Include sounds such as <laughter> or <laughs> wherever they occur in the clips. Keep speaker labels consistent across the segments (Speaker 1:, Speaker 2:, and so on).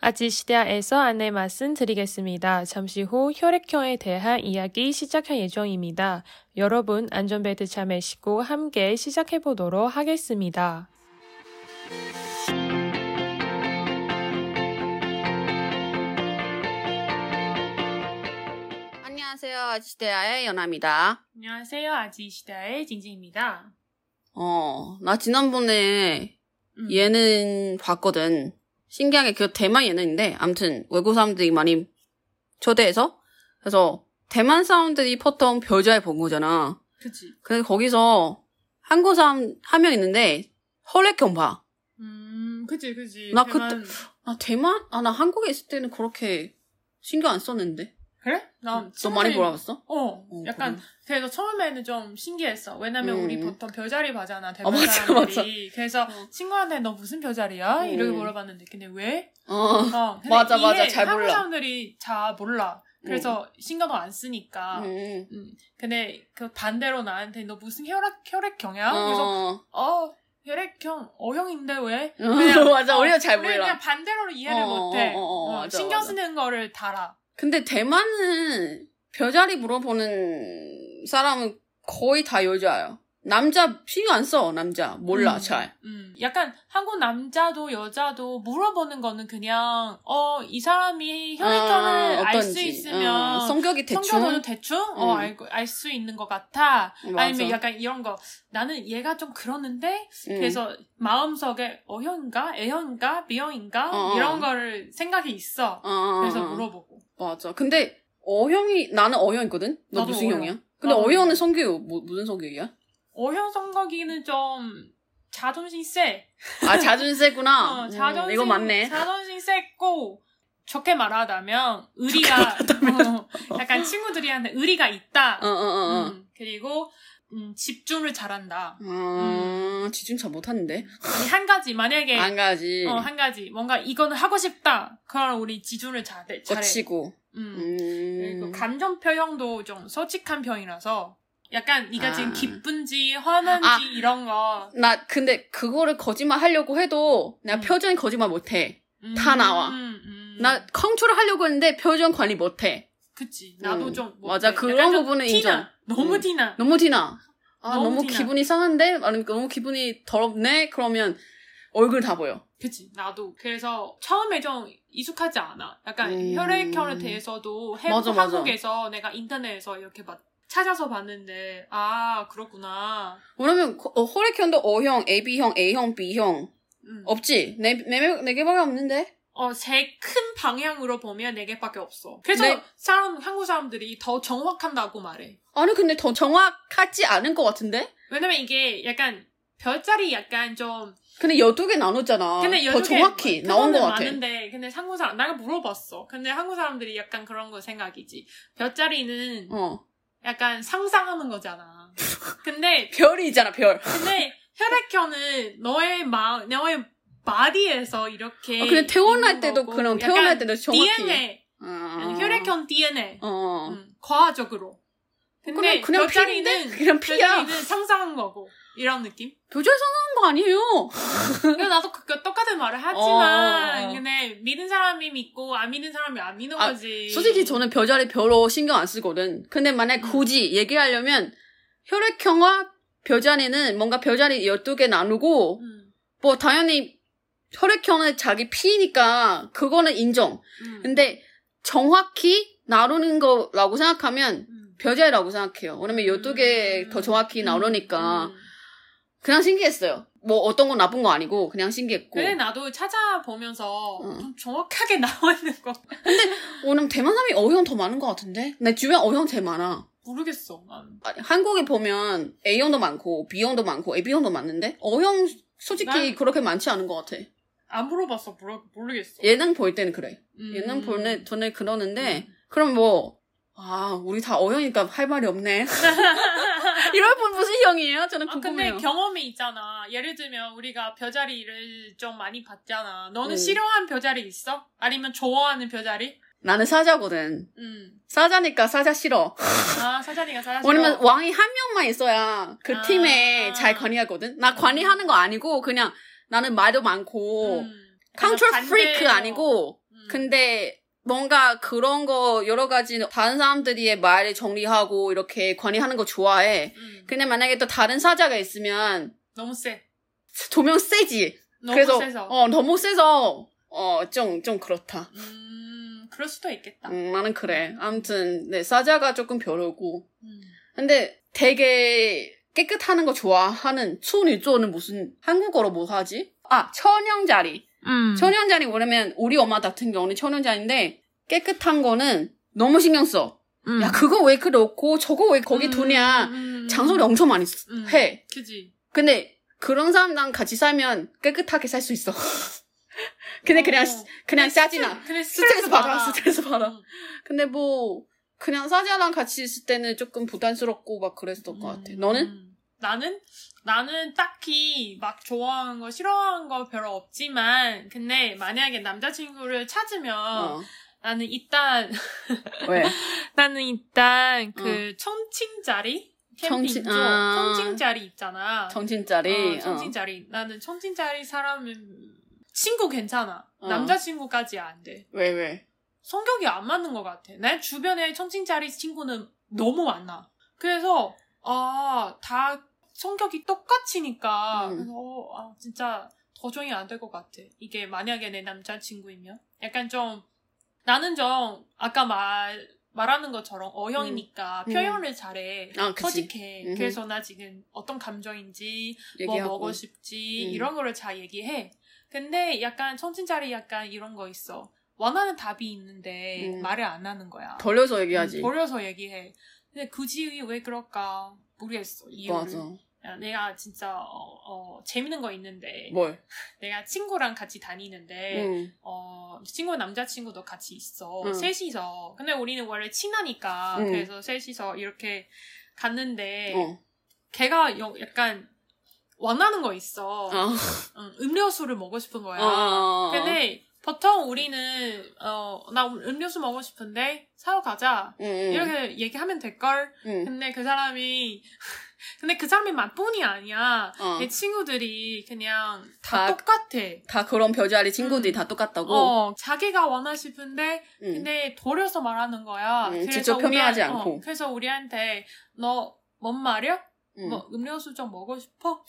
Speaker 1: 아지시다에서 안내 말씀드리겠습니다. 잠시 후 혈액형에 대한 이야기 시작할 예정입니다. 여러분 안전벨트 잘 매시고 함께 시작해 보도록 하겠습니다.
Speaker 2: 안녕하세요. 아지시대아의 연아입니다.
Speaker 1: 안녕하세요. 아지시다의 징징입니다.
Speaker 2: 어, 나 지난번에
Speaker 1: 음.
Speaker 2: 예능 봤거든. 신기하게 그 대만 예능인데, 암튼 외국 사람들이 많이 초대해서, 그래서 대만 사람들이 보통 별자리 본 거잖아.
Speaker 1: 그치.
Speaker 2: 근데 거기서 한국 사람 한 명 있는데, 혈액형 봐.
Speaker 1: 음, 그치, 그치.
Speaker 2: 나
Speaker 1: 대만-
Speaker 2: 아, 대만? 아, 나 한국에 있을 때는 그렇게 신경 안 썼는데.
Speaker 1: 그래? 나
Speaker 2: 음, 너 많이
Speaker 1: 아, 친구들이-
Speaker 2: 몰아봤어?
Speaker 1: 어,
Speaker 2: 어,
Speaker 1: 약간
Speaker 2: 그래.
Speaker 1: 그래서 처음에는 좀 신기했어. 왜냐면
Speaker 2: 음. 어,
Speaker 1: 우리 보통 별자리 봐잖아, 대만
Speaker 2: 맞아,
Speaker 1: 사람들이. 그래서
Speaker 2: 어.
Speaker 1: 친구한테 너 무슨 별자리야? 이렇게
Speaker 2: 음.
Speaker 1: 물어봤는데 근데 왜?
Speaker 2: 어. <laughs>
Speaker 1: 어, 근데
Speaker 2: 맞아,
Speaker 1: 이게
Speaker 2: 맞아. 잘
Speaker 1: 한국
Speaker 2: 몰라.
Speaker 1: 사람들이 잘 몰라. 그래서 신경도 안 쓰니까.
Speaker 2: 음.
Speaker 1: 음. 근데 그 반대로 나한테 너 무슨 혈액 혈액형이야? 아, 그래서
Speaker 2: 어.
Speaker 1: 어 혈액형 어형인데 왜?
Speaker 2: <laughs>
Speaker 1: 어,
Speaker 2: 맞아. 우리가 잘
Speaker 1: 우리는
Speaker 2: 몰라.
Speaker 1: 그냥 반대로 이해를
Speaker 2: 어,
Speaker 1: 못해.
Speaker 2: 어, 어, 어,
Speaker 1: 어,
Speaker 2: 맞아,
Speaker 1: 신경
Speaker 2: 맞아.
Speaker 1: 쓰는 거를 달아.
Speaker 2: 근데 대만은 별자리 물어보는 사람은 거의 다 여자예요. 남자 신경 안 써, 남자. 몰라,
Speaker 1: 음,
Speaker 2: 잘.
Speaker 1: 음, 약간 한국 남자도 여자도 물어보는 거는 그냥 어 이 사람이 혈액형을
Speaker 2: 아,
Speaker 1: 알 수
Speaker 2: 어떤지.
Speaker 1: 있으면
Speaker 2: 어, 성격이 대충.
Speaker 1: 성격은 대충 어,
Speaker 2: 음.
Speaker 1: 알고 알 수 있는 것 같아.
Speaker 2: 맞아.
Speaker 1: 아니면 약간 이런 거 나는 얘가 좀 그러는데
Speaker 2: 음.
Speaker 1: 그래서 마음속에 어형인가 A형인가 B형인가
Speaker 2: 어, 어.
Speaker 1: 이런 거를 생각이 있어.
Speaker 2: 어, 어,
Speaker 1: 그래서
Speaker 2: 어.
Speaker 1: 물어보고.
Speaker 2: 맞아. 근데 어형이 나는 어형이거든. 너
Speaker 1: 나도
Speaker 2: 무슨
Speaker 1: 어형.
Speaker 2: 형이야? 근데
Speaker 1: 나도
Speaker 2: 어형은
Speaker 1: 어형.
Speaker 2: 성격이 뭐, 무슨 성격이야?
Speaker 1: 어형 성격이는 좀 자존심 세.
Speaker 2: 아 자존세구나.
Speaker 1: <laughs>
Speaker 2: 음,
Speaker 1: 어, 자존심,
Speaker 2: 이거 맞네.
Speaker 1: 자존심 셌고 좋게 말하자면 의리가 어, 약간 친구들이한테 의리가 있다.
Speaker 2: 어어어. 어, 어.
Speaker 1: 음, 그리고 음, 집중을 잘한다. 음.
Speaker 2: 아 집중 잘 못하는데.
Speaker 1: 아니, 한 가지 만약에
Speaker 2: 안 가지.
Speaker 1: 어, 한 가지 뭔가 이거는 하고 싶다. 그럼 우리 지준을 잘, 잘해.
Speaker 2: 거치고.
Speaker 1: 음. 그리고
Speaker 2: 음.
Speaker 1: 감정 표현도 좀 솔직한 편이라서 약간 네가 지금
Speaker 2: 아.
Speaker 1: 기쁜지 화난지
Speaker 2: 아.
Speaker 1: 이런 거
Speaker 2: 나 근데 그거를 거짓말 하려고 해도 나
Speaker 1: 음.
Speaker 2: 표정이 거짓말 못해.
Speaker 1: 음,
Speaker 2: 다 나와.
Speaker 1: 음, 음.
Speaker 2: 나 컨트롤 하려고 했는데 표정 관리 못해.
Speaker 1: 그치 나도
Speaker 2: 음,
Speaker 1: 좀
Speaker 2: 맞아.
Speaker 1: 못해.
Speaker 2: 그런
Speaker 1: 약간 좀
Speaker 2: 부분은
Speaker 1: 티나.
Speaker 2: 인정.
Speaker 1: 너무
Speaker 2: 음.
Speaker 1: 티나
Speaker 2: 너무 티나. 아
Speaker 1: 너무
Speaker 2: 너무,
Speaker 1: 티나.
Speaker 2: 기분이 상한데, 아니면 너무 기분이 더럽네. 그러면 얼굴 다 보여.
Speaker 1: 그치 나도 그래서 처음에 좀 익숙하지 않아 약간
Speaker 2: 음.
Speaker 1: 혈액형에 대해서도 해,
Speaker 2: 맞아, 맞아.
Speaker 1: 한국에서 내가 인터넷에서 이렇게 막 찾아서 봤는데 아 그렇구나
Speaker 2: 그러면 거- 어, 혈액형도 O형, AB형, A형, B형
Speaker 1: 음.
Speaker 2: 없지? 네네네 개밖에 없는데.
Speaker 1: 어, 제일 큰 방향으로 보면 네 개밖에 없어. 그래서
Speaker 2: 네.
Speaker 1: 사람, 한국 사람들이 더 정확한다고 말해.
Speaker 2: 아니 근데 더 정확하지 않은 것 같은데?
Speaker 1: 왜냐면 이게 약간 별자리 약간 좀
Speaker 2: 근데 1 2개 나눴잖아.
Speaker 1: 근데
Speaker 2: 더
Speaker 1: 여러 개뭐
Speaker 2: 정확히 나온 것
Speaker 1: 표현은
Speaker 2: 같아.
Speaker 1: 많은데 근데 한국 사람 내가 물어봤어. 근데 한국 사람들이 약간 그런 거 생각이지. 별자리는
Speaker 2: 어
Speaker 1: 약간 상상하는 거잖아. 근데
Speaker 2: 별이잖아 별.
Speaker 1: 근데 혈액형은 너의 마 너의 바디에서 이렇게
Speaker 2: 아, 근데 태어날
Speaker 1: 있는
Speaker 2: 때도
Speaker 1: 거고
Speaker 2: 그럼
Speaker 1: 약간
Speaker 2: 태어날 때도 정확히.
Speaker 1: DNA
Speaker 2: 아.
Speaker 1: 아니, 혈액형 DNA
Speaker 2: 어.
Speaker 1: 음, 과학적으로. 근데
Speaker 2: 그냥- 그냥
Speaker 1: 별자리는
Speaker 2: 피인데? 그냥 피야.
Speaker 1: 별자리는 상상한 거고 이런 느낌.
Speaker 2: <laughs> 도저히 상상한 거 아니에요.
Speaker 1: 그러니까 나도 그 똑같은 말을 하지만
Speaker 2: 어.
Speaker 1: 근데 믿는 사람이 믿고 안 믿는 사람이 안 믿는
Speaker 2: 아,
Speaker 1: 거지.
Speaker 2: 솔직히 저는 별자리 별로 신경 안 쓰거든. 근데 만약
Speaker 1: 음.
Speaker 2: 굳이 얘기하려면 혈액형과 별자리는 뭔가 별자리 12개 나누고
Speaker 1: 음,
Speaker 2: 뭐 당연히 혈액형은 자기 피니까 그거는 인정.
Speaker 1: 음,
Speaker 2: 근데 정확히 나누는 거라고 생각하면
Speaker 1: 음.
Speaker 2: 별자리라고 생각해요. 왜냐면 12개 더 정확히
Speaker 1: 음,
Speaker 2: 나누니까
Speaker 1: 음.
Speaker 2: 그냥 신기했어요. 뭐 어떤 건 나쁜 거 아니고 그냥 신기했고.
Speaker 1: 근데 나도 찾아보면서
Speaker 2: 음.
Speaker 1: 좀 정확하게 <laughs> 나와 있는 거
Speaker 2: 오늘 대만 사람이 어형 더 많은 것 같은데? 내 주변 어형 제일 많아.
Speaker 1: 모르겠어. 난.
Speaker 2: 아니, 한국에 보면 A형도 많고 B형도 많고 AB형도 많는데 어형 솔직히
Speaker 1: 난-
Speaker 2: 그렇게 많지 않은 것 같아.
Speaker 1: 안 물어봤어. 모르, 모르겠어.
Speaker 2: 예능 볼 때는 그래.
Speaker 1: 음.
Speaker 2: 예능 볼 때, 전에 그러는데
Speaker 1: 음.
Speaker 2: 그럼 뭐 아, 우리 다 어형이니까 할
Speaker 1: <laughs>
Speaker 2: 말이 없네. 이럴 분 무슨 형이에요? 저는
Speaker 1: 아, 근데
Speaker 2: 궁금해요.
Speaker 1: 경험이 있잖아. 예를 들면 우리가 벼자리를 좀 많이 봤잖아. 너는
Speaker 2: 음.
Speaker 1: 싫어하는 벼자리 있어? 아니면 좋아하는 벼자리?
Speaker 2: 나는 사자거든.
Speaker 1: 음.
Speaker 2: 사자니까 사자 싫어.
Speaker 1: 아, 사자리가 사자.
Speaker 2: 왜냐면 왕이 한 명만 있어야 그
Speaker 1: 아.
Speaker 2: 팀에 잘 관리하거든. 나
Speaker 1: 음.
Speaker 2: 관리하는 거 아니고 그냥 나는 말도 많고 컨트롤 프리크 아니고 근데 뭔가 그런 거 여러 가지 다른 사람들의 말을 정리하고 이렇게 관리하는 거 좋아해.
Speaker 1: 음.
Speaker 2: 근데 만약에 또 다른 사자가 있으면
Speaker 1: 너무 세.
Speaker 2: 조명 세지.
Speaker 1: 너무
Speaker 2: 그래서
Speaker 1: 세서.
Speaker 2: 어 너무 세서 어좀 좀 그렇다.
Speaker 1: 음, 그럴 수도 있겠다.
Speaker 2: 음, 나는 그래. 아무튼 네 사자가 조금 별로고.
Speaker 1: 음.
Speaker 2: 근데 되게 깨끗하는 거 좋아하는 추니조는 무슨 한국어로 뭐 하지? 아 천연자리. 음.
Speaker 1: 음.
Speaker 2: 천연자리 모르면 우리 엄마 같은 경우는 천연자리인데 깨끗한 거는 너무 신경 써.
Speaker 1: 음.
Speaker 2: 야 그거 왜 그렇고 저거 왜 거기
Speaker 1: 음,
Speaker 2: 두냐.
Speaker 1: 음,
Speaker 2: 장소를 엄청 많이 쓰-
Speaker 1: 음.
Speaker 2: 해.
Speaker 1: 그지.
Speaker 2: 근데 그런 사람랑 같이 살면 깨끗하게 살 수 있어. <laughs> 근데 그냥
Speaker 1: 어.
Speaker 2: 그냥 짜증나.
Speaker 1: 그냥
Speaker 2: 스트레스 받아. 스트레스 받아.
Speaker 1: 음.
Speaker 2: 근데 뭐 그냥 사자랑 같이 있을 때는 조금 부담스럽고 막 그랬던 것 같아.
Speaker 1: 음.
Speaker 2: 너는?
Speaker 1: 나는 나는 딱히 막 좋아하는 거 싫어하는 거 별로 없지만 근데 만약에 남자친구를 찾으면
Speaker 2: 어.
Speaker 1: 나는 일단 <laughs>
Speaker 2: 왜?
Speaker 1: 나는 일단 그 청칭 자리 캠핑
Speaker 2: 어. 청칭-
Speaker 1: 쪽
Speaker 2: 아.
Speaker 1: 청칭 자리 있잖아.
Speaker 2: 정신짜리.
Speaker 1: 어, 청칭 자리 나는 청칭 자리 사람은 친구 괜찮아
Speaker 2: 어.
Speaker 1: 남자친구까지 안 돼.
Speaker 2: 왜 왜?
Speaker 1: 성격이 안 맞는 것 같아. 내 주변에 청칭자리 친구는 너무 많아. 그래서 아, 다 성격이 똑같이니까
Speaker 2: 음.
Speaker 1: 그래서 어, 아, 진짜 도전이 안 될 것 같아. 이게 만약에 내 남자친구이면 약간 좀 나는 좀 아까 말 말하는 것처럼 어형이니까
Speaker 2: 음.
Speaker 1: 표현을 잘해.
Speaker 2: 아, 그치.
Speaker 1: 솔직해.
Speaker 2: 음흠.
Speaker 1: 그래서 나 지금 어떤 감정인지 뭐
Speaker 2: 얘기하고.
Speaker 1: 먹고 싶지
Speaker 2: 음.
Speaker 1: 이런 거를 잘 얘기해. 근데 약간 청진자리 약간 이런 거 있어. 원하는 답이 있는데
Speaker 2: 음.
Speaker 1: 말을 안 하는 거야.
Speaker 2: 돌려서
Speaker 1: 음,
Speaker 2: 얘기하지.
Speaker 1: 버려서 얘기해. 근데 굳이 왜 그럴까 모르겠어. 이유를.
Speaker 2: 맞아.
Speaker 1: 야, 내가 진짜 어, 어, 재밌는 거 있는데
Speaker 2: 뭘?
Speaker 1: 내가 친구랑 같이 다니는데
Speaker 2: 응.
Speaker 1: 어, 친구 남자친구도 같이 있어.
Speaker 2: 응.
Speaker 1: 셋이서. 근데 우리는 원래 친하니까
Speaker 2: 응.
Speaker 1: 그래서 셋이서 이렇게 갔는데
Speaker 2: 음. 어.
Speaker 1: 걔가 여- 약간 원하는 거 있어.
Speaker 2: 아.
Speaker 1: 응, 음료수를 먹고 싶은 거야.
Speaker 2: 어.
Speaker 1: 근데 보통 우리는 어 나 음료수 먹고 싶은데 사러 가자
Speaker 2: 응, 응.
Speaker 1: 이렇게 얘기하면 될 걸.
Speaker 2: 응.
Speaker 1: 근데 그 사람이 <laughs> 근데 그 사람이 만뿐이 아니야.
Speaker 2: 어.
Speaker 1: 내 친구들이 그냥 다
Speaker 2: 다,
Speaker 1: 똑같아.
Speaker 2: 다 그런 별자리
Speaker 1: 음.
Speaker 2: 친구들이 다 똑같다고.
Speaker 1: 어 자기가 원하 싶은데
Speaker 2: 응.
Speaker 1: 근데 돌려서 말하는 거야.
Speaker 2: 음, 직접 표명하지
Speaker 1: 우리한- 어,
Speaker 2: 않고.
Speaker 1: 그래서 우리한테 너 뭔 말이야?
Speaker 2: 응.
Speaker 1: 뭐 음료수 좀 먹고 싶어?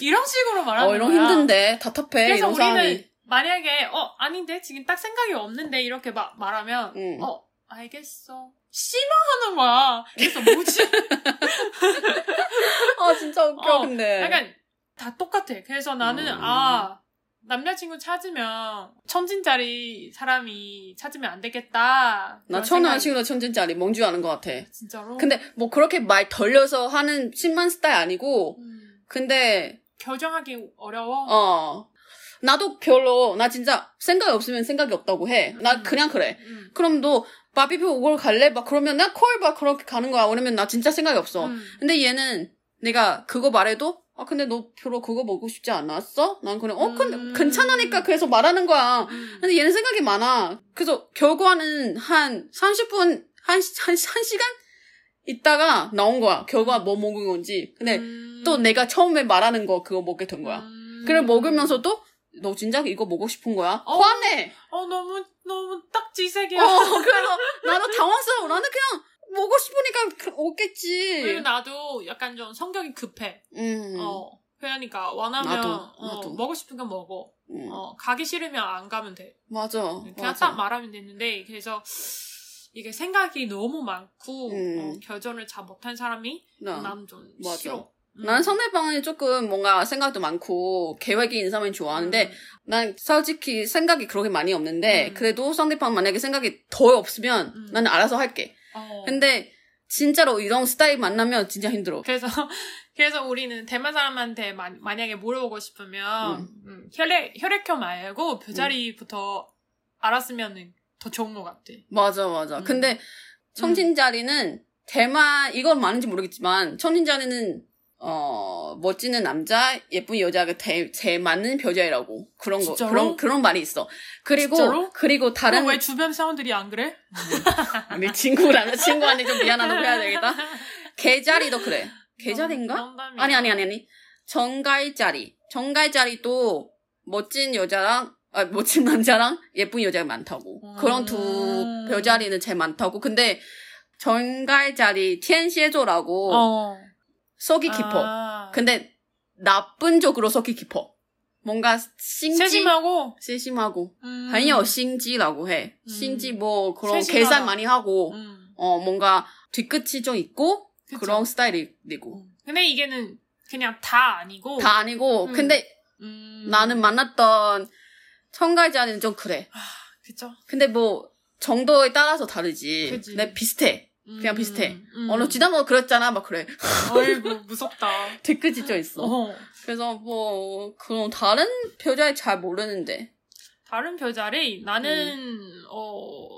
Speaker 1: 이런 식으로 말하는
Speaker 2: 어, 이런
Speaker 1: 거야.
Speaker 2: 힘든데 답답해.
Speaker 1: 그래서
Speaker 2: 이런
Speaker 1: 우리는
Speaker 2: 사람이.
Speaker 1: 만약에 어 아닌데 지금 딱 생각이 없는데 이렇게 막 말하면
Speaker 2: 응.
Speaker 1: 어 알겠어 실망하는 거야. 그래서
Speaker 2: <laughs>
Speaker 1: 뭐지?
Speaker 2: <laughs> 아 진짜 웃겨
Speaker 1: 어,
Speaker 2: 근데.
Speaker 1: 약간 다 똑같아. 그래서 나는
Speaker 2: 네. 음.
Speaker 1: 아 남자친구 찾으면 천진짜리 사람이 찾으면 안 되겠다.
Speaker 2: 나
Speaker 1: 그런
Speaker 2: 천원
Speaker 1: 생각이- 어.
Speaker 2: 친구나 천진짜리 멍줄 아는 것 같아.
Speaker 1: 진짜로.
Speaker 2: 근데 뭐 그렇게 말 덜려서 하는 신만 스타일 아니고.
Speaker 1: 음,
Speaker 2: 근데
Speaker 1: 결정하기 어려워.
Speaker 2: 어 나도 별로 나 진짜 생각이 없으면 생각이 없다고 해. 나
Speaker 1: 음.
Speaker 2: 그냥 그래.
Speaker 1: 음,
Speaker 2: 그럼 너 바비큐 오걸 갈래? 막 그러면 나 콜 막 그렇게 가는 거야. 왜냐면 나 진짜 생각이 없어.
Speaker 1: 음.
Speaker 2: 근데 얘는 내가 그거 말해도 아 근데 너 별로 그거 먹고 싶지 않았어? 난 그냥 어 근데
Speaker 1: 음.
Speaker 2: 괜찮으니까 그래서 말하는 거야.
Speaker 1: 음.
Speaker 2: 근데 얘는 생각이 많아. 그래서 결과는 한 30분 한, 시- 한, 시- 한 시간 있다가 나온 거야. 결과 뭐 먹은 건지. 근데
Speaker 1: 음.
Speaker 2: 또 내가 처음에 말하는 거 그거 먹게 된 거야.
Speaker 1: 음.
Speaker 2: 그걸 먹으면서도 너 진작 이거 먹고 싶은 거야?
Speaker 1: 어.
Speaker 2: 화내.
Speaker 1: 어 너무 너무 딱지색이야.
Speaker 2: 어 그래서 나도 당황스러워. 나는 그냥 먹고 싶으니까 그-
Speaker 1: 그리고
Speaker 2: 오겠지.
Speaker 1: 나도 약간 좀 성격이 급해.
Speaker 2: 음.
Speaker 1: 어. 그러니까 원하면
Speaker 2: 나도,
Speaker 1: 어,
Speaker 2: 나도.
Speaker 1: 먹고 싶은 건 먹어.
Speaker 2: 음.
Speaker 1: 어, 가기 싫으면 안 가면 돼.
Speaker 2: 맞아.
Speaker 1: 그냥
Speaker 2: 맞아.
Speaker 1: 딱 말하면 되는데 그래서 이게 생각이 너무 많고
Speaker 2: 음.
Speaker 1: 어, 결정을 잘 못한 사람이
Speaker 2: 나.
Speaker 1: 나는 좀
Speaker 2: 맞아.
Speaker 1: 싫어. 음.
Speaker 2: 난 상대방이 조금 뭔가 생각도 많고 계획이 있는 사람이 좋아하는데 난 솔직히 생각이 그렇게 많이 없는데
Speaker 1: 음.
Speaker 2: 그래도 상대방 만약에 생각이 더 없으면
Speaker 1: 음.
Speaker 2: 나는 알아서 할게.
Speaker 1: 어.
Speaker 2: 근데 진짜로 이런 스타일 만나면 진짜 힘들어.
Speaker 1: 그래서 <laughs> 그래서 우리는 대만 사람한테 마- 만약에 물어보고 싶으면 음, 혈액 혈액형 말고 그
Speaker 2: 음.
Speaker 1: 표자리부터 알았으면 더 좋은 것 같아.
Speaker 2: 맞아 맞아.
Speaker 1: 음.
Speaker 2: 근데 청진자리는 대만 이건 많은지 모르겠지만 청진자리는 어 멋지는 남자 예쁜 여자가 대, 제 맞는 여자이라고 그런 거
Speaker 1: 진짜로?
Speaker 2: 그런 그런 말이 있어. 그리고
Speaker 1: 진짜로? 어,
Speaker 2: 그리고
Speaker 1: 그럼
Speaker 2: 다른 <laughs>
Speaker 1: 왜 주변 사람들이 안 그래?
Speaker 2: 우리 친구라는 친구한테 좀 미안하다고 해야
Speaker 1: <laughs>
Speaker 2: 되겠다. 개자리도 그래. 개자리인가?
Speaker 1: 농담이야.
Speaker 2: 아니 아니 아니 아니 정갈자리 정갈자리도 멋진 여자랑 아, 멋진 남자랑 예쁜 여자가 많다고.
Speaker 1: 음.
Speaker 2: 그런 두 별자리는 제일 많다고. 근데 정갈자리 티엔시에조라고
Speaker 1: 어.
Speaker 2: 속이 깊어.
Speaker 1: 아.
Speaker 2: 근데 나쁜 쪽으로 속이 깊어. 뭔가 싱지
Speaker 1: 세심하고
Speaker 2: 세심하고
Speaker 1: 음.
Speaker 2: 아니요 싱지라고 해.
Speaker 1: 음.
Speaker 2: 싱지 뭐 그런
Speaker 1: 세심하다.
Speaker 2: 계산 많이 하고
Speaker 1: 음.
Speaker 2: 어 뭔가 뒤끝이 좀 있고
Speaker 1: 그쵸.
Speaker 2: 그런 스타일이고
Speaker 1: 음. 근데 이게는 그냥 다 아니고
Speaker 2: 다 아니고
Speaker 1: 음.
Speaker 2: 근데
Speaker 1: 음.
Speaker 2: 나는 만났던 청가자는 좀 그래.
Speaker 1: 그쵸?
Speaker 2: 근데 뭐 정도에 따라서 다르지.
Speaker 1: 그치.
Speaker 2: 근데 비슷해.
Speaker 1: 음.
Speaker 2: 그냥 비슷해.
Speaker 1: 음.
Speaker 2: 어, 너 지난번 그랬잖아. 막
Speaker 1: <laughs>
Speaker 2: 그래.
Speaker 1: 어이구 뭐 무섭다.
Speaker 2: 뒤끝 찢어 <laughs> 있어.
Speaker 1: 어.
Speaker 2: 그래서 뭐 그런 다른 표자에 잘 모르는데.
Speaker 1: 다른 별자리 나는
Speaker 2: 음.
Speaker 1: 어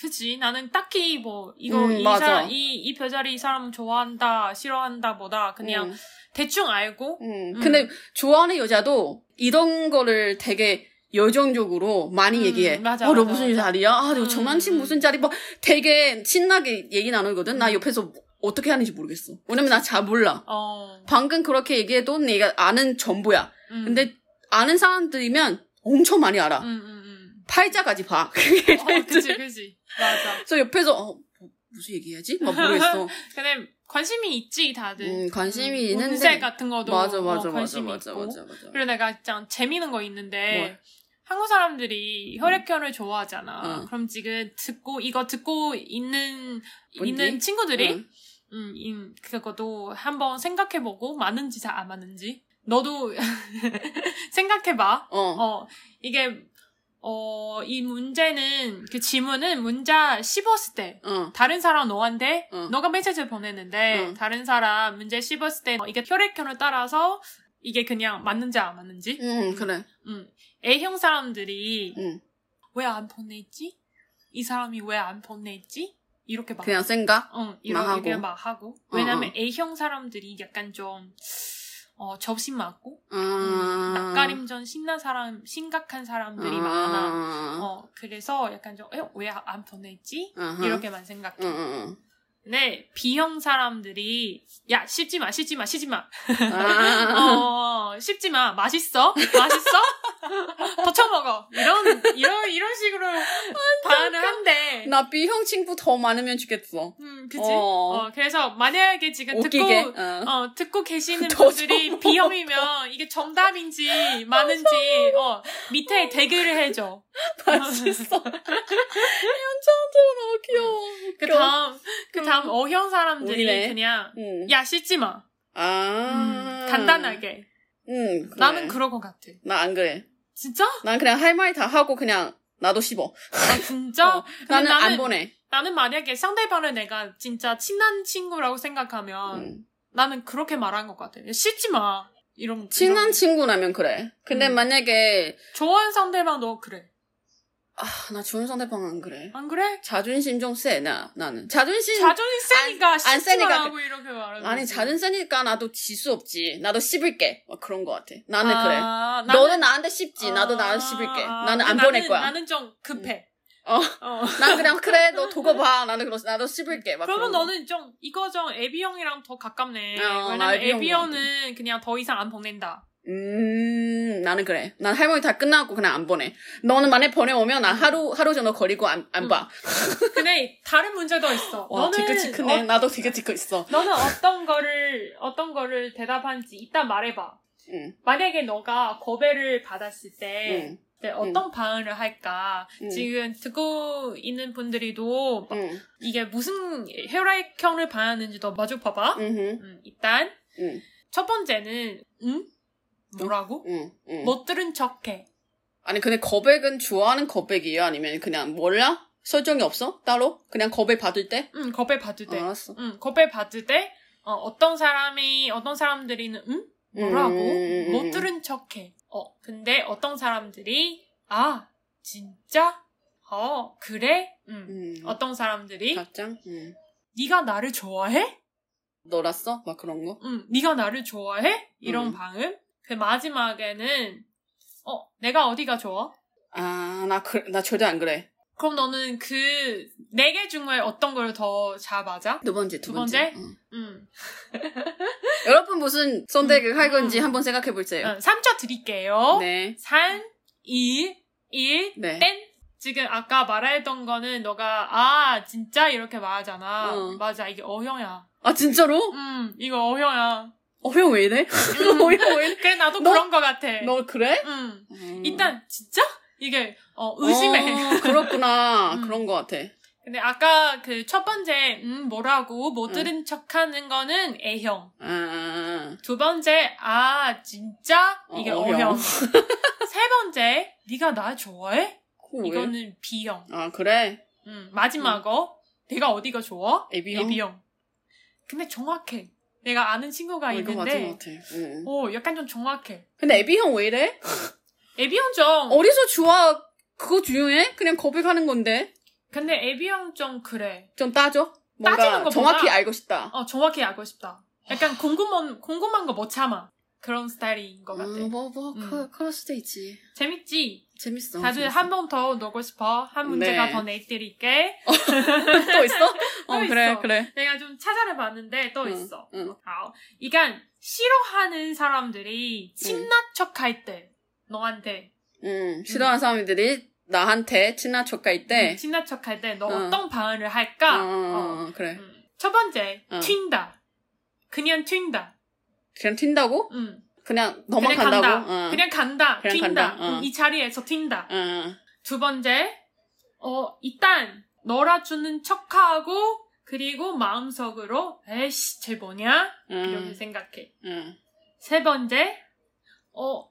Speaker 1: 그지 나는 딱히 뭐 이거
Speaker 2: 음,
Speaker 1: 이,
Speaker 2: 맞아.
Speaker 1: 사람, 이, 이 별자리 이 사람 좋아한다 싫어한다 보다 그냥
Speaker 2: 음,
Speaker 1: 대충 알고
Speaker 2: 음.
Speaker 1: 음.
Speaker 2: 근데 좋아하는 여자도 이런 거를 되게 여정적으로 많이
Speaker 1: 음,
Speaker 2: 얘기해.
Speaker 1: 맞아,
Speaker 2: 어, 너
Speaker 1: 맞아,
Speaker 2: 무슨
Speaker 1: 맞아.
Speaker 2: 자리야? 아, 너
Speaker 1: 음,
Speaker 2: 저만친
Speaker 1: 음.
Speaker 2: 무슨 자리? 막 되게 신나게 얘기 나누거든. 나 옆에서 어떻게 하는지 모르겠어. 왜냐면 나 잘 몰라.
Speaker 1: 어
Speaker 2: 방금 그렇게 얘기해도 내가 아는 정보야.
Speaker 1: 음.
Speaker 2: 근데 아는 사람들이면 엄청 많이 알아.
Speaker 1: 음, 음,
Speaker 2: <laughs> 팔자까지 봐.
Speaker 1: 음. 어, 그지 그지 맞아
Speaker 2: 그래서 옆에서 어, 뭐, 무슨 얘기해야지?
Speaker 1: <laughs>
Speaker 2: 막 모르겠어.
Speaker 1: 근데 관심이 있지 다들
Speaker 2: 음, 관심이
Speaker 1: 음,
Speaker 2: 있는데
Speaker 1: 운세 같은 것도
Speaker 2: 맞아 맞아
Speaker 1: 어,
Speaker 2: 맞아
Speaker 1: 관심이
Speaker 2: 맞아
Speaker 1: 있고
Speaker 2: 맞아 맞아. 뭐,
Speaker 1: 그리고 내가 진짜 재미있는 거 있는데
Speaker 2: 뭘?
Speaker 1: 한국 사람들이 혈액형을 좋아하잖아.
Speaker 2: 응.
Speaker 1: 그럼 지금 듣고 이거 듣고 있는
Speaker 2: 뭔지?
Speaker 1: 있는 친구들이
Speaker 2: 응.
Speaker 1: 음, 음, 그것도 한번 생각해보고 맞는지 잘 안 맞는지 너도 <laughs> 생각해봐.
Speaker 2: 어.
Speaker 1: 어 이게 어, 이 문제는 그 지문은 문자 씹었을 때
Speaker 2: 어.
Speaker 1: 다른 사람 너한테
Speaker 2: 응.
Speaker 1: 너가 메시지를 보냈는데
Speaker 2: 응.
Speaker 1: 다른 사람 문제 씹었을 때 어, 이게 혈액형을 따라서 이게 그냥 맞는지 안 맞는지
Speaker 2: 음 그래.
Speaker 1: 음. A형 사람들이
Speaker 2: 음
Speaker 1: 왜 안 보냈지? 이 사람이 왜 안 보냈지? 이렇게 막
Speaker 2: 그냥 생각.
Speaker 1: 응, 이런
Speaker 2: 막
Speaker 1: 얘기를
Speaker 2: 하고.
Speaker 1: 막 하고.
Speaker 2: 어,
Speaker 1: 왜냐면
Speaker 2: 어.
Speaker 1: A형 사람들이 약간 좀, 어, 접신 맞고,
Speaker 2: 아.
Speaker 1: 음, 낯가림전 신난 사람, 심각한 사람들이 많아. 어, 그래서 약간 좀, 왜 안 보냈지?
Speaker 2: 아하.
Speaker 1: 이렇게만 생각해.
Speaker 2: 응,
Speaker 1: <laughs>
Speaker 2: 응,
Speaker 1: 근데 B형 네, 사람들이, 야, 씹지 마, 씹지 마, 씹지 마.
Speaker 2: 응. 아.
Speaker 1: 어, 씹지 마. 맛있어? 맛있어? <laughs> 더쳐먹어. 이런, 이런, 이런 식으로 반응을 한대.
Speaker 2: 나 B형 친구 더 많으면 좋겠어.
Speaker 1: 음, 그치?
Speaker 2: 어.
Speaker 1: 어, 그래서 만약에 지금
Speaker 2: 웃기게.
Speaker 1: 듣고,
Speaker 2: 어. <laughs>
Speaker 1: 어, 듣고 계시는
Speaker 2: 더
Speaker 1: 분들이
Speaker 2: 써먹어.
Speaker 1: B형이면 이게 정답인지 많은지 어, 밑에 댓글을 해줘. <laughs>
Speaker 2: 맛있어. <laughs> 연창도 너무 귀여워.
Speaker 1: 그 다음 그 다음
Speaker 2: 음.
Speaker 1: O형 사람들이
Speaker 2: 우리네.
Speaker 1: 그냥
Speaker 2: 응.
Speaker 1: 야 씻지 마.
Speaker 2: 아.
Speaker 1: 음, 간단하게.
Speaker 2: 응. 그래.
Speaker 1: 나는 그럴 것 같아.
Speaker 2: 나 안 그래.
Speaker 1: 진짜?
Speaker 2: 난 그냥 할 말 다 하고 그냥 나도 씹어.
Speaker 1: 아, 진짜?
Speaker 2: 어,
Speaker 1: 근데
Speaker 2: 나는, 안
Speaker 1: 나는-
Speaker 2: 보내.
Speaker 1: 나는 만약에 상대방을 내가 진짜 친한 친구라고 생각하면
Speaker 2: 음.
Speaker 1: 나는 그렇게 말한 것 같아. 야, 씻지 마. 이런
Speaker 2: 친한
Speaker 1: 이런.
Speaker 2: 친구라면 그래. 근데
Speaker 1: 음.
Speaker 2: 만약에
Speaker 1: 좋아하는 상대방 너 그래.
Speaker 2: 아, 나 좋은 상대방 안 그래.
Speaker 1: 안 그래?
Speaker 2: 자존심 좀 세. 나 나는 자존심
Speaker 1: 자존심 세니까 안, 안
Speaker 2: 세니까
Speaker 1: 세니까 고 이렇게 말하는
Speaker 2: 아니
Speaker 1: 거지.
Speaker 2: 자존 세니까 나도 지수 없지. 나도 씹을게. 막 그런 거 같아. 나는
Speaker 1: 아,
Speaker 2: 그래.
Speaker 1: 나는-
Speaker 2: 너는 나한테 씹지.
Speaker 1: 아,
Speaker 2: 나도 나한테 씹을게.
Speaker 1: 아,
Speaker 2: 나는 안
Speaker 1: 나는-
Speaker 2: 보낼 거야.
Speaker 1: 나는 좀 급해.
Speaker 2: 어. <laughs> 난 그냥 그래. 너 도거 봐. 나는 그러 나도 씹을게. 막
Speaker 1: 그러면
Speaker 2: 그런 거.
Speaker 1: 너는 좀 이거 좀 에비 형이랑 더 가깝네.
Speaker 2: 어,
Speaker 1: 왜냐면
Speaker 2: 나 에비
Speaker 1: 에비
Speaker 2: 형
Speaker 1: 형은 그냥 더 이상 안 보낸다.
Speaker 2: 음, 나는 그래. 난 할머니 다 끝나고 그냥 안 보내. 너는 만약 보내오면 나 하루, 하루 정도 거리고 안, 안
Speaker 1: 음.
Speaker 2: 봐.
Speaker 1: 근데 다른 문제도 있어.
Speaker 2: 와,
Speaker 1: 너는
Speaker 2: 뒤끝이 크네.
Speaker 1: 어,
Speaker 2: 나도 뒤끝이 크 있어.
Speaker 1: 너는 어떤 거를 어떤 거를 대답한지 이따 말해봐.
Speaker 2: 응,
Speaker 1: 만약에 너가 고배를 받았을 때
Speaker 2: 응,
Speaker 1: 이제 어떤 반응을 할까?
Speaker 2: 음.
Speaker 1: 지금 듣고 있는 분들이도
Speaker 2: 응,
Speaker 1: 이게 무슨 혈액형을 반하는지도 마주 봐봐.
Speaker 2: 응,
Speaker 1: 음, 일단
Speaker 2: 응,
Speaker 1: 첫 번째는 응? 뭐라고?
Speaker 2: 응, 응.
Speaker 1: 못 들은 척해.
Speaker 2: 아니, 근데 거백은 좋아하는 거백이에요? 아니면 그냥 몰라? 설정이 없어? 따로? 그냥 거백 받을 때?
Speaker 1: 응, 겁을 받을 때.
Speaker 2: 알았어.
Speaker 1: 응, 겁을 받을 때 어, 떤 사람이 어떤 사람들이는 응? 뭐라고?
Speaker 2: 음, 음,
Speaker 1: 못
Speaker 2: 음.
Speaker 1: 들은 척해. 어, 근데 어떤 사람들이 아, 진짜? 어, 그래? 응.
Speaker 2: 음.
Speaker 1: 어떤 사람들이
Speaker 2: 답장?
Speaker 1: 음.
Speaker 2: 응.
Speaker 1: 네가 나를 좋아해?
Speaker 2: 놀았어? 막 그런 거?
Speaker 1: 응, 네가 나를 좋아해? 이런
Speaker 2: 음.
Speaker 1: 방음. 그 마지막에는 어, 내가 어디가 좋아?
Speaker 2: 아, 나, 그, 나 절대 안 그래.
Speaker 1: 그럼 너는 그 네 개 중에 어떤 걸 더 잘 맞아?
Speaker 2: 두 번째, 두,
Speaker 1: 두
Speaker 2: 번째.
Speaker 1: 번째?
Speaker 2: 응.
Speaker 1: 음.
Speaker 2: 여러분 무슨 선택을 할 건지
Speaker 1: 음. 어,
Speaker 2: 한번 생각해 볼게요.
Speaker 1: 응, 3초 드릴게요.
Speaker 2: 네.
Speaker 1: 3, 이, 일,
Speaker 2: 네.
Speaker 1: 땐. 지금 아까 말했던 거는 너가 아 진짜 이렇게 말하잖아.
Speaker 2: 응.
Speaker 1: 맞아 이게 어형이야.
Speaker 2: 아 진짜로?
Speaker 1: 음 이거 어형이야. 음.
Speaker 2: 어형 왜 <laughs> 이래? 어형 왜 이래?
Speaker 1: 그래 나도
Speaker 2: 너-
Speaker 1: 그런 거 같아.
Speaker 2: 너 그래?
Speaker 1: 음
Speaker 2: 네. 음.
Speaker 1: 일단 진짜 이게 어 의심해. <laughs>
Speaker 2: 어, <laughs> 그렇구나.
Speaker 1: 음.
Speaker 2: 그런 것 같아.
Speaker 1: 근데 아까 그 첫 번째 음 뭐라고 못
Speaker 2: 응.
Speaker 1: 들은 척하는 거는 A형.
Speaker 2: 아,
Speaker 1: 두 번째 아 진짜 이게
Speaker 2: 어,
Speaker 1: 어,
Speaker 2: O형.
Speaker 1: 형세 번째 네가 나 좋아해?
Speaker 2: 그거 왜?
Speaker 1: 이거는 B형.
Speaker 2: 아 그래?
Speaker 1: 음 마지막 거 내가 어디가 좋아?
Speaker 2: 애비형?
Speaker 1: A형. 근데 정확해. 내가 아는 친구가
Speaker 2: 어, 이거 맞은
Speaker 1: 있는데
Speaker 2: 것 같아. 어. 응.
Speaker 1: 오 약간 좀 정확해.
Speaker 2: 근데 애비형 왜 이래?
Speaker 1: A형 좀
Speaker 2: 어디서 좋아? 그거 중요해? 그냥 고백하는 건데.
Speaker 1: 근데 A형 좀 그래.
Speaker 2: 좀 따져.
Speaker 1: 따지는
Speaker 2: 뭔가
Speaker 1: 것보다-
Speaker 2: 정확히 알고 싶다.
Speaker 1: 어 정확히 알고 싶다. 약간 궁금한 궁금한 거 못 참아. 그런 스타일인 것 같아.
Speaker 2: 음, 뭐, 뭐,
Speaker 1: 음.
Speaker 2: 그, 그럴 수도 있지.
Speaker 1: 재밌지?
Speaker 2: 재밌어.
Speaker 1: 다들
Speaker 2: 재밌어.
Speaker 1: 한 번 더 넣고 싶어. 한 문제가
Speaker 2: 네.
Speaker 1: 더 내드릴게.
Speaker 2: <laughs> 또 있어? 어,
Speaker 1: 또
Speaker 2: 그래,
Speaker 1: 있어.
Speaker 2: 그래.
Speaker 1: 내가 좀 찾아를 봤는데 또
Speaker 2: 응,
Speaker 1: 있어.
Speaker 2: 응.
Speaker 1: 아, 이간 싫어하는 사람들이 친한 척할 때 너한테
Speaker 2: 음, 싫어하는 사람들이 나한테 친한 척가 있대.
Speaker 1: 음, 친한 척할 때 너
Speaker 2: 네. 응.
Speaker 1: 어. 떤 반응을
Speaker 2: 어,
Speaker 1: 할까? 어.
Speaker 2: 어, 어, 그래.
Speaker 1: 음. 첫 번째
Speaker 2: 응.
Speaker 1: 튄다. 그냥 튄다.
Speaker 2: 그냥 튄다고?
Speaker 1: 음.
Speaker 2: 그냥
Speaker 1: 그냥
Speaker 2: 넘어간다고?
Speaker 1: 간다.
Speaker 2: 어.
Speaker 1: 그냥 간다.
Speaker 2: 그냥
Speaker 1: 튄다.
Speaker 2: 간다. 어.
Speaker 1: 음, 이 자리에서 튄다.
Speaker 2: 어.
Speaker 1: 두 번째, 어, 일단, 놀아주는 척하고, 그리고 마음속으로, 에이씨, 쟤 뭐냐? 이렇게
Speaker 2: 음,
Speaker 1: 생각해.
Speaker 2: 음.
Speaker 1: 세 번째, 어,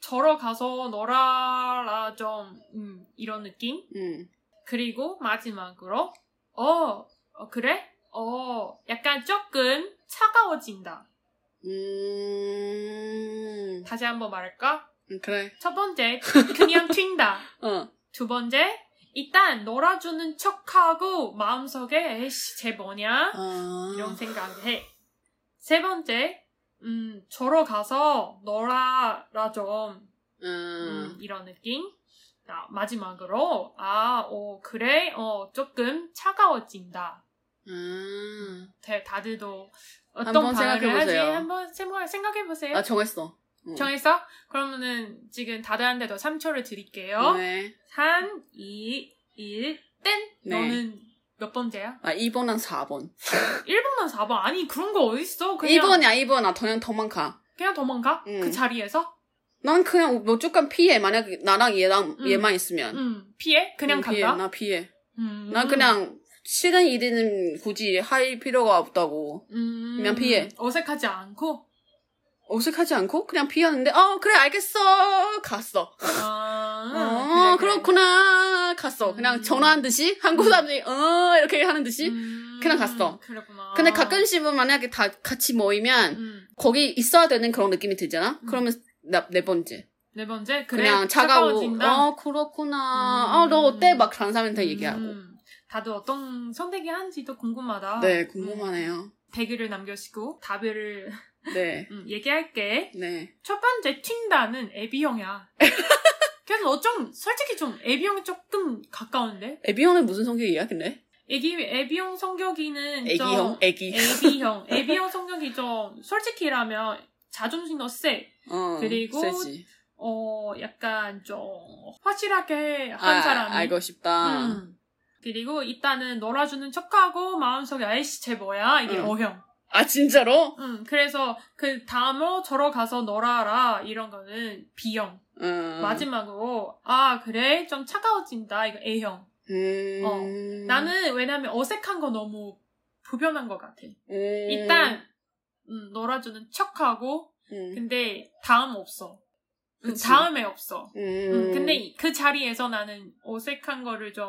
Speaker 1: 저러 가서 놀아라 좀, 음, 이런 느낌.
Speaker 2: 음.
Speaker 1: 그리고 마지막으로, 어, 어, 그래? 어, 약간 조금 차가워진다.
Speaker 2: 음.
Speaker 1: 다시 한번 말할까?
Speaker 2: 음, 그래.
Speaker 1: 첫 번째, 그냥 튄다.
Speaker 2: 어.
Speaker 1: 두 번째, 일단 놀아주는 척하고 마음속에 에이씨 쟤 뭐냐
Speaker 2: 아.
Speaker 1: 이런 생각을 해. 세 번째, 음 저러 가서 놀아라 좀 음,
Speaker 2: 음.
Speaker 1: 이런 느낌. 아, 마지막으로 아오 그래 어 조금 차가워진다.
Speaker 2: 음.
Speaker 1: 대- 다들도 어떤
Speaker 2: 한번
Speaker 1: 반응을 하지
Speaker 2: 생각해보세요.
Speaker 1: 한번 생각해 보세요.
Speaker 2: 아, 정했어. 어.
Speaker 1: 정했어? 그러면은 지금 다들한테 더 3초를 드릴게요.
Speaker 2: 네.
Speaker 1: 3, 2, 1, 땡!
Speaker 2: 네.
Speaker 1: 너는 몇 번째야?
Speaker 2: 아, 2번은 4번.
Speaker 1: 1번만 4번. 아니, 그런 거 어딨어. 그냥,
Speaker 2: 2번이야, 2번. 아, 그냥 도망가.
Speaker 1: 그냥 도망가?
Speaker 2: 음.
Speaker 1: 그 자리에서?
Speaker 2: 난 그냥 무조건 피해. 만약 나랑 얘랑,
Speaker 1: 음.
Speaker 2: 얘만 있으면.
Speaker 1: 음, 피해? 그냥
Speaker 2: 음, 피해.
Speaker 1: 간다?
Speaker 2: 나 피해.
Speaker 1: 음.
Speaker 2: 난 그냥 싫은 일은 굳이 할 필요가 없다고.
Speaker 1: 음.
Speaker 2: 그냥 피해.
Speaker 1: 어색하지 않고?
Speaker 2: 어색하지 않고 그냥 피하는데, 어, 그래, 알겠어. 갔어.
Speaker 1: 아,
Speaker 2: 어, 그렇구나 갔어. 그냥
Speaker 1: 음.
Speaker 2: 전화한 듯이 한국 사람들이 어 이렇게 하는 듯이.
Speaker 1: 음,
Speaker 2: 그냥 갔어.
Speaker 1: 그랬구나.
Speaker 2: 근데 가끔씩은 만약에 다 같이 모이면
Speaker 1: 음.
Speaker 2: 거기 있어야 되는 그런 느낌이 들잖아.
Speaker 1: 음.
Speaker 2: 그러면 나, 네 번째.
Speaker 1: 네 번째?
Speaker 2: 그
Speaker 1: 그래,
Speaker 2: 냥 차가워.
Speaker 1: 차가워진다.
Speaker 2: 어 그렇구나.
Speaker 1: 음.
Speaker 2: 아 너 어때? 막 다른 사람한테 얘기하고.
Speaker 1: 음. 아, 다들 어떤 선택이 한지도 궁금하다. 음.
Speaker 2: 네 궁금하네요.
Speaker 1: 대기를 남겨주시고 답을 <laughs>
Speaker 2: 네.
Speaker 1: 음, 얘기할게.
Speaker 2: 네.
Speaker 1: 첫 번째 튄다는
Speaker 2: <laughs>
Speaker 1: 애비형이야. 그래서 너좀 솔직히 좀 애비형이 조금 가까운데?
Speaker 2: 애비형은 무슨 성격이야 근데?
Speaker 1: 애기 애비형 성격이는
Speaker 2: 애기형?
Speaker 1: 좀
Speaker 2: 애기.
Speaker 1: 애비형 애비형 성격이 좀 솔직히라면 자존심도 세.
Speaker 2: 어.
Speaker 1: 그리고
Speaker 2: 세지.
Speaker 1: 어 약간 좀 확실하게 한
Speaker 2: 아,
Speaker 1: 사람이.
Speaker 2: 알고 아. 싶다.
Speaker 1: 음. 그리고 일단은 놀아주는 척하고 마음속에 아이씨 쟤 뭐야 이게
Speaker 2: 음.
Speaker 1: 어형.
Speaker 2: 아 진짜로?
Speaker 1: 음 그래서 그 다음으로 저러 가서 놀아라 이런 거는 B형.
Speaker 2: 음.
Speaker 1: 마지막으로 아 그래 좀 차가워진다 이거 A형
Speaker 2: 음.
Speaker 1: 어. 나는 왜냐면 어색한 거 너무 불편한 것 같아
Speaker 2: 음.
Speaker 1: 일단 음, 놀아주는 척하고
Speaker 2: 음.
Speaker 1: 근데 다음 없어 음,
Speaker 2: 그치.
Speaker 1: 다음에 없어 음,
Speaker 2: 음.
Speaker 1: 근데 이- 그 자리에서 나는 어색한 거를 좀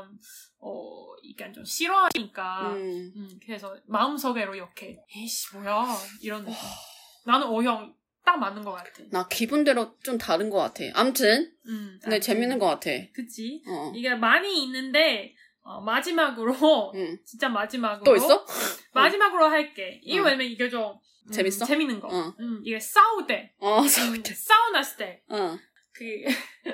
Speaker 1: 어, 약간 좀 싫어하니까
Speaker 2: 음.
Speaker 1: 음, 그래서 마음속으로 이렇게 에이씨 뭐야 이런 느낌
Speaker 2: 어.
Speaker 1: 나는 O형 딱 맞는 것 같아
Speaker 2: 나 기분대로 좀 다른 것 같아. 아무튼
Speaker 1: 음,
Speaker 2: 근데 재밌는 것 같아.
Speaker 1: 그치
Speaker 2: 어.
Speaker 1: 이게 많이 있는데 어, 마지막으로
Speaker 2: 응.
Speaker 1: 진짜 마지막으로
Speaker 2: 음. 또 있어?
Speaker 1: 마지막으로 할게. 이게
Speaker 2: 응.
Speaker 1: 왜냐면 이게 좀 음,
Speaker 2: 재밌어?
Speaker 1: 재밌는 거.
Speaker 2: 어.
Speaker 1: 음, 이게 싸울 때,
Speaker 2: 어, <laughs>
Speaker 1: 음,
Speaker 2: 싸울 때.
Speaker 1: 싸우났을 때, <laughs>
Speaker 2: 어.
Speaker 1: 그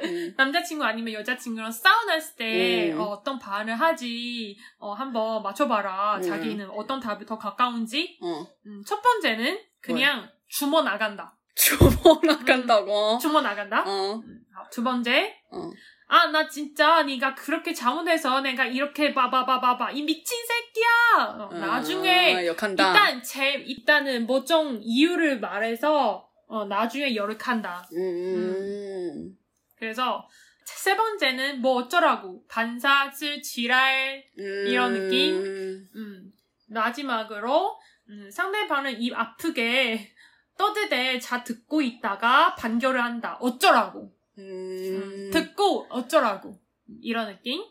Speaker 2: 음.
Speaker 1: 남자친구 아니면 여자친구랑 싸우났을 때
Speaker 2: 음.
Speaker 1: 어, 떤 반응을 하지 어, 한번 맞춰봐라.
Speaker 2: 음.
Speaker 1: 자기는 어떤 답이 더 가까운지.
Speaker 2: 어. 뭐?
Speaker 1: 음, 첫 번째는 그냥 주머 나간다.
Speaker 2: 주워 나간다고.
Speaker 1: 음. 주머 나간다.
Speaker 2: 어,
Speaker 1: 아, 두 번째.
Speaker 2: 어.
Speaker 1: 아, 나 진짜 네가 그렇게 잘못해서 내가 이렇게 바바바바바 이 미친 새끼야. 어, 나중에
Speaker 2: 아, 역한다.
Speaker 1: 일단 제 일단은 뭐좀 이유를 말해서 어, 나중에 열을한다.
Speaker 2: 음, 음,
Speaker 1: 그래서 세 번째는 뭐 어쩌라고 반사 질 지랄
Speaker 2: 음.
Speaker 1: 이런 느낌? 음, 마지막으로 음, 상대방은 입 아프게 떠드대 자 듣고 있다가 반결을 한다. 어쩌라고. 음,
Speaker 2: 음.
Speaker 1: 듣고 어쩌라고. 이런 느낌?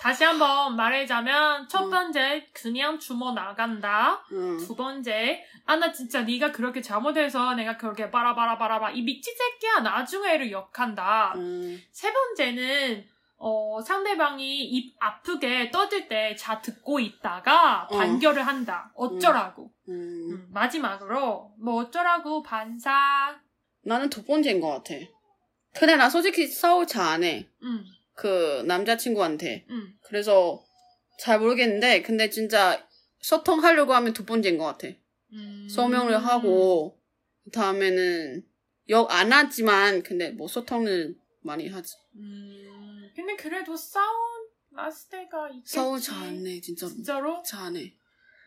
Speaker 1: 다시 한번 말하자면 첫
Speaker 2: 음.
Speaker 1: 번째 그냥 주머 나간다.
Speaker 2: 음.
Speaker 1: 두 번째 아 나 진짜 네가 그렇게 잘못해서 내가 그렇게 바라바라바라바 이 미친 새끼야 나중에를 역한다.
Speaker 2: 음.
Speaker 1: 세 번째는 어, 상대방이 입 아프게 떠들 때 자 듣고 있다가
Speaker 2: 어.
Speaker 1: 반결을 한다. 어쩌라고.
Speaker 2: 음.
Speaker 1: 음, 마지막으로 뭐 어쩌라고 반사.
Speaker 2: 나는 두 번째인 것 같아. 근데 나 솔직히 싸울 잘 안 해.
Speaker 1: 음,
Speaker 2: 그 남자친구한테.
Speaker 1: 음.
Speaker 2: 그래서 잘 모르겠는데, 근데 진짜 소통하려고 하면 두 번째인 것 같아.
Speaker 1: 음.
Speaker 2: 서명을 하고, 그 다음에는 역 안 하지만, 근데 뭐 소통을 많이 하지.
Speaker 1: 음, 근데 그래도 싸움 났을 때가 있겠지.
Speaker 2: 싸울 잘 안 해, 진짜로.
Speaker 1: 진짜로?
Speaker 2: 잘 안 해.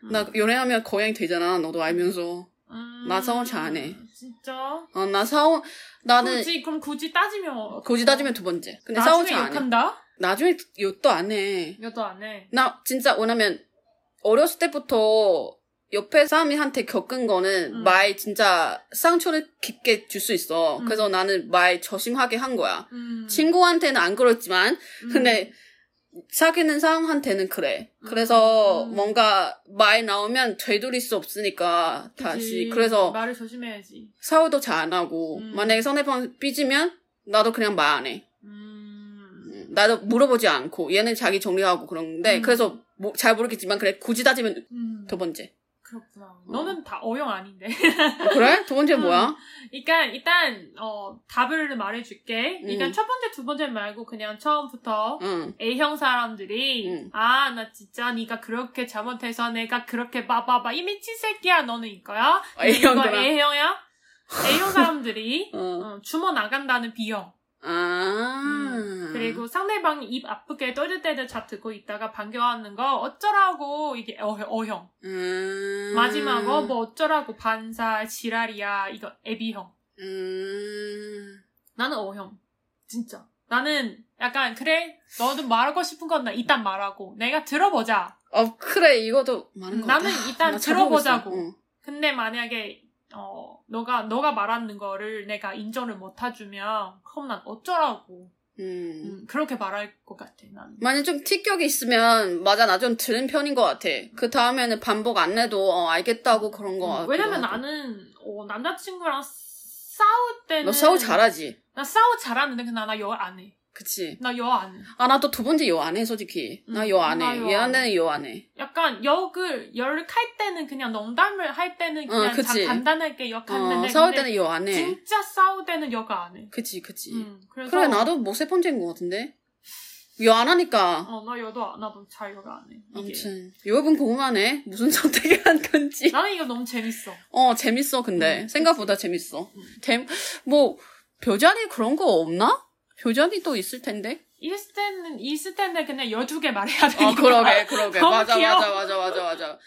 Speaker 1: 음.
Speaker 2: 나 연애하면 고양이 되잖아, 너도 알면서.
Speaker 1: 음,
Speaker 2: 나 싸움 잘안 해.
Speaker 1: 진짜?
Speaker 2: 어, 나 싸움, 나는
Speaker 1: 굳이 그럼 굳이 따지면 어-
Speaker 2: 굳이 따지면 두 번째. 근데 싸움
Speaker 1: 나중에
Speaker 2: 잘 안 해.
Speaker 1: 욕한다?
Speaker 2: 나중에 욕도 안 해.
Speaker 1: 욕도 안 해.
Speaker 2: 나 진짜 왜냐면 어렸을 때부터 옆에 사람한테 겪은 거는
Speaker 1: 음.
Speaker 2: 말 진짜 상처를 깊게 줄 수 있어.
Speaker 1: 음.
Speaker 2: 그래서 나는 말 조심하게 한 거야.
Speaker 1: 음.
Speaker 2: 친구한테는 안 그랬지만
Speaker 1: 음.
Speaker 2: 근데 사귀는 사람한테는 그래. 그래서
Speaker 1: 음.
Speaker 2: 뭔가 말 나오면 되돌릴 수 없으니까 다시
Speaker 1: 그치.
Speaker 2: 그래서
Speaker 1: 말을 조심해야지.
Speaker 2: 사우도 잘 안 하고
Speaker 1: 음.
Speaker 2: 만약에 상대방 삐지면 나도 그냥 말 안 해.
Speaker 1: 음.
Speaker 2: 음, 나도 물어보지 않고 얘는 자기 정리하고 그러는데
Speaker 1: 음.
Speaker 2: 그래서 뭐- 잘 모르겠지만 그래 굳이 따지면
Speaker 1: 음.
Speaker 2: 두 번째.
Speaker 1: 그렇구나. 너는 다 어용 아닌데. <laughs>
Speaker 2: 어, 그래? 두 번째
Speaker 1: 음.
Speaker 2: 뭐야?
Speaker 1: 그러니까 일단 어 답을 말해줄게. 그러니까
Speaker 2: 음.
Speaker 1: 첫 번째, 두 번째 말고 그냥 처음부터
Speaker 2: 응.
Speaker 1: A형 사람들이
Speaker 2: 음.
Speaker 1: 아 나 진짜 네가 그렇게 잘못해서 내가 그렇게 봐봐봐 이 미친 새끼야 너는 이거야.
Speaker 2: 아, A형
Speaker 1: 이거
Speaker 2: 구나.
Speaker 1: A형이야. A형 사람들이
Speaker 2: 어.
Speaker 1: 어, 주머 나간다는 B형.
Speaker 2: 아.
Speaker 1: 그리고 상대방이 입 아프게 떠들 때도 잘 듣고 있다가 반겨하는 거 어쩌라고 이게 어, 어형.
Speaker 2: 음.
Speaker 1: 마지막으로 뭐 어쩌라고 반사 지랄이야 이거 애비형
Speaker 2: 음.
Speaker 1: 나는 어형 진짜 나는 약간 그래 너도 말하고 싶은 건 나 일단 말하고 내가 들어보자
Speaker 2: 어 그래 이것도 많은 것
Speaker 1: 나는
Speaker 2: 같다.
Speaker 1: 일단
Speaker 2: 나 음, 아, 잘하고 있어.
Speaker 1: 들어보자고.
Speaker 2: 응.
Speaker 1: 근데 만약에 어 너가 너가 말하는 거를 내가 인정을 못 해주면 그럼 난 어쩌라고
Speaker 2: 음.
Speaker 1: 음, 그렇게 말할 것 같아 나는
Speaker 2: 만약 좀 티격이 있으면 맞아 나 좀 들은 편인 것 같아. 그 다음에는 반복 안 해도 어, 알겠다고 그런 거.
Speaker 1: 음,
Speaker 2: 같기도
Speaker 1: 왜냐면
Speaker 2: 하고.
Speaker 1: 나는 어, 남자친구랑 싸울 때는
Speaker 2: 너 싸우 잘하지.
Speaker 1: 나 싸우 잘하는데 그냥 나여안해나
Speaker 2: 그치.
Speaker 1: 여안 해.
Speaker 2: 아 나 또 두 번째 요 안 해 솔직히.
Speaker 1: 음,
Speaker 2: 나 요 안
Speaker 1: 나
Speaker 2: 해.
Speaker 1: 요
Speaker 2: 얘
Speaker 1: 안 해.
Speaker 2: 한테는 요 안 해.
Speaker 1: 약간 역을 역할 때는 그냥 농담을 할 때는 그냥
Speaker 2: 어,
Speaker 1: 자-
Speaker 2: 그치.
Speaker 1: 간단하게 역하는데
Speaker 2: 어, 싸울
Speaker 1: 근데
Speaker 2: 때는 요 안 해.
Speaker 1: 진짜 싸울 때는 역을 안 해.
Speaker 2: 그치 그치.
Speaker 1: 음, 그래서
Speaker 2: 그래 나도 뭐 세 번째인 것 같은데 요 안 하니까
Speaker 1: 어나 여도 안- 나도 잘 역을 안 해. 아, 이게.
Speaker 2: 아무튼 여분 궁금하네 무슨 <laughs> 선택을 한 건지
Speaker 1: 나는 이거 너무 재밌어.
Speaker 2: 어 재밌어 근데
Speaker 1: 음,
Speaker 2: 생각보다 재밌어
Speaker 1: 음.
Speaker 2: 잼- 뭐 벼자리 그런 거 없나? 벼자리 또 있을 텐데
Speaker 1: 있을 때는 있을 텐데 그냥 여두 개 말해야 되니까. <laughs>
Speaker 2: 어 그러게 그러게
Speaker 1: 너무
Speaker 2: 맞아
Speaker 1: 귀여워.
Speaker 2: 맞아 맞아 맞아 맞아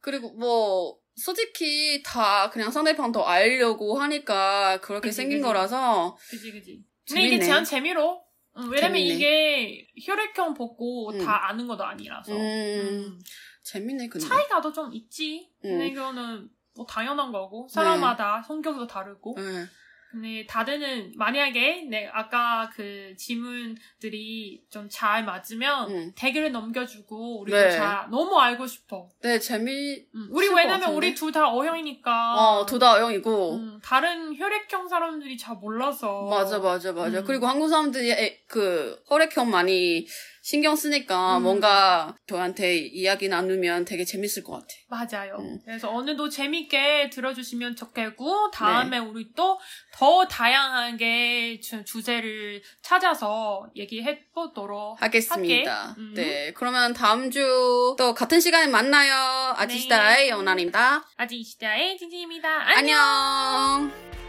Speaker 2: 그리고 뭐 솔직히 다 그냥 상대방 더 알려고 하니까 그렇게
Speaker 1: 그치,
Speaker 2: 생긴
Speaker 1: 그치.
Speaker 2: 거라서
Speaker 1: 그지 그지. 근데 이게
Speaker 2: 재밌네.
Speaker 1: 제한 재미로. 음, 왜냐면
Speaker 2: 재밌네.
Speaker 1: 이게 혈액형 보고
Speaker 2: 음.
Speaker 1: 다 아는 것도 아니라서.
Speaker 2: 음,
Speaker 1: 음.
Speaker 2: 재밌네 근데
Speaker 1: 차이가 더 좀 있지. 근데
Speaker 2: 음. 네.
Speaker 1: 이거는 뭐 당연한 거고 사람마다 성격도 다르고.
Speaker 2: 응.
Speaker 1: 근데 다들은 만약에 내 아까 그 지문들이 좀 잘 맞으면
Speaker 2: 응.
Speaker 1: 대결을 넘겨주고 우리도
Speaker 2: 음. 네.
Speaker 1: 잘 너무 알고 싶어.
Speaker 2: 네 재미
Speaker 1: 음, 우리
Speaker 2: 있을 것
Speaker 1: 왜냐면
Speaker 2: 같은데?
Speaker 1: 우리 둘 다 어형이니까.
Speaker 2: 어 도다 어영이고
Speaker 1: 아. 음, 다른 혈액형 사람들이 잘 몰라서.
Speaker 2: 맞아, 맞아, 맞아.
Speaker 1: 음.
Speaker 2: 그리고 한국 사람들이 에- 그 혈액형 많이 신경 쓰니까
Speaker 1: 음.
Speaker 2: 뭔가 저한테 이야기 나누면 되게 재밌을 것 같아.
Speaker 1: 맞아요.
Speaker 2: 음.
Speaker 1: 그래서 오늘도 재밌게 들어주시면 좋겠고
Speaker 2: 네.
Speaker 1: 다음에 우리 또 더 다양하게 주, 주제를 찾아서 얘기해 보도록
Speaker 2: 하겠습니다.
Speaker 1: 할게. 음.
Speaker 2: 네. 그러면 다음 주 또 같은 시간에
Speaker 1: 네.
Speaker 2: 만나요. 아지시다의 연아입니다
Speaker 1: 아직 이 시대의 지지입니다. 안녕.
Speaker 2: 안녕.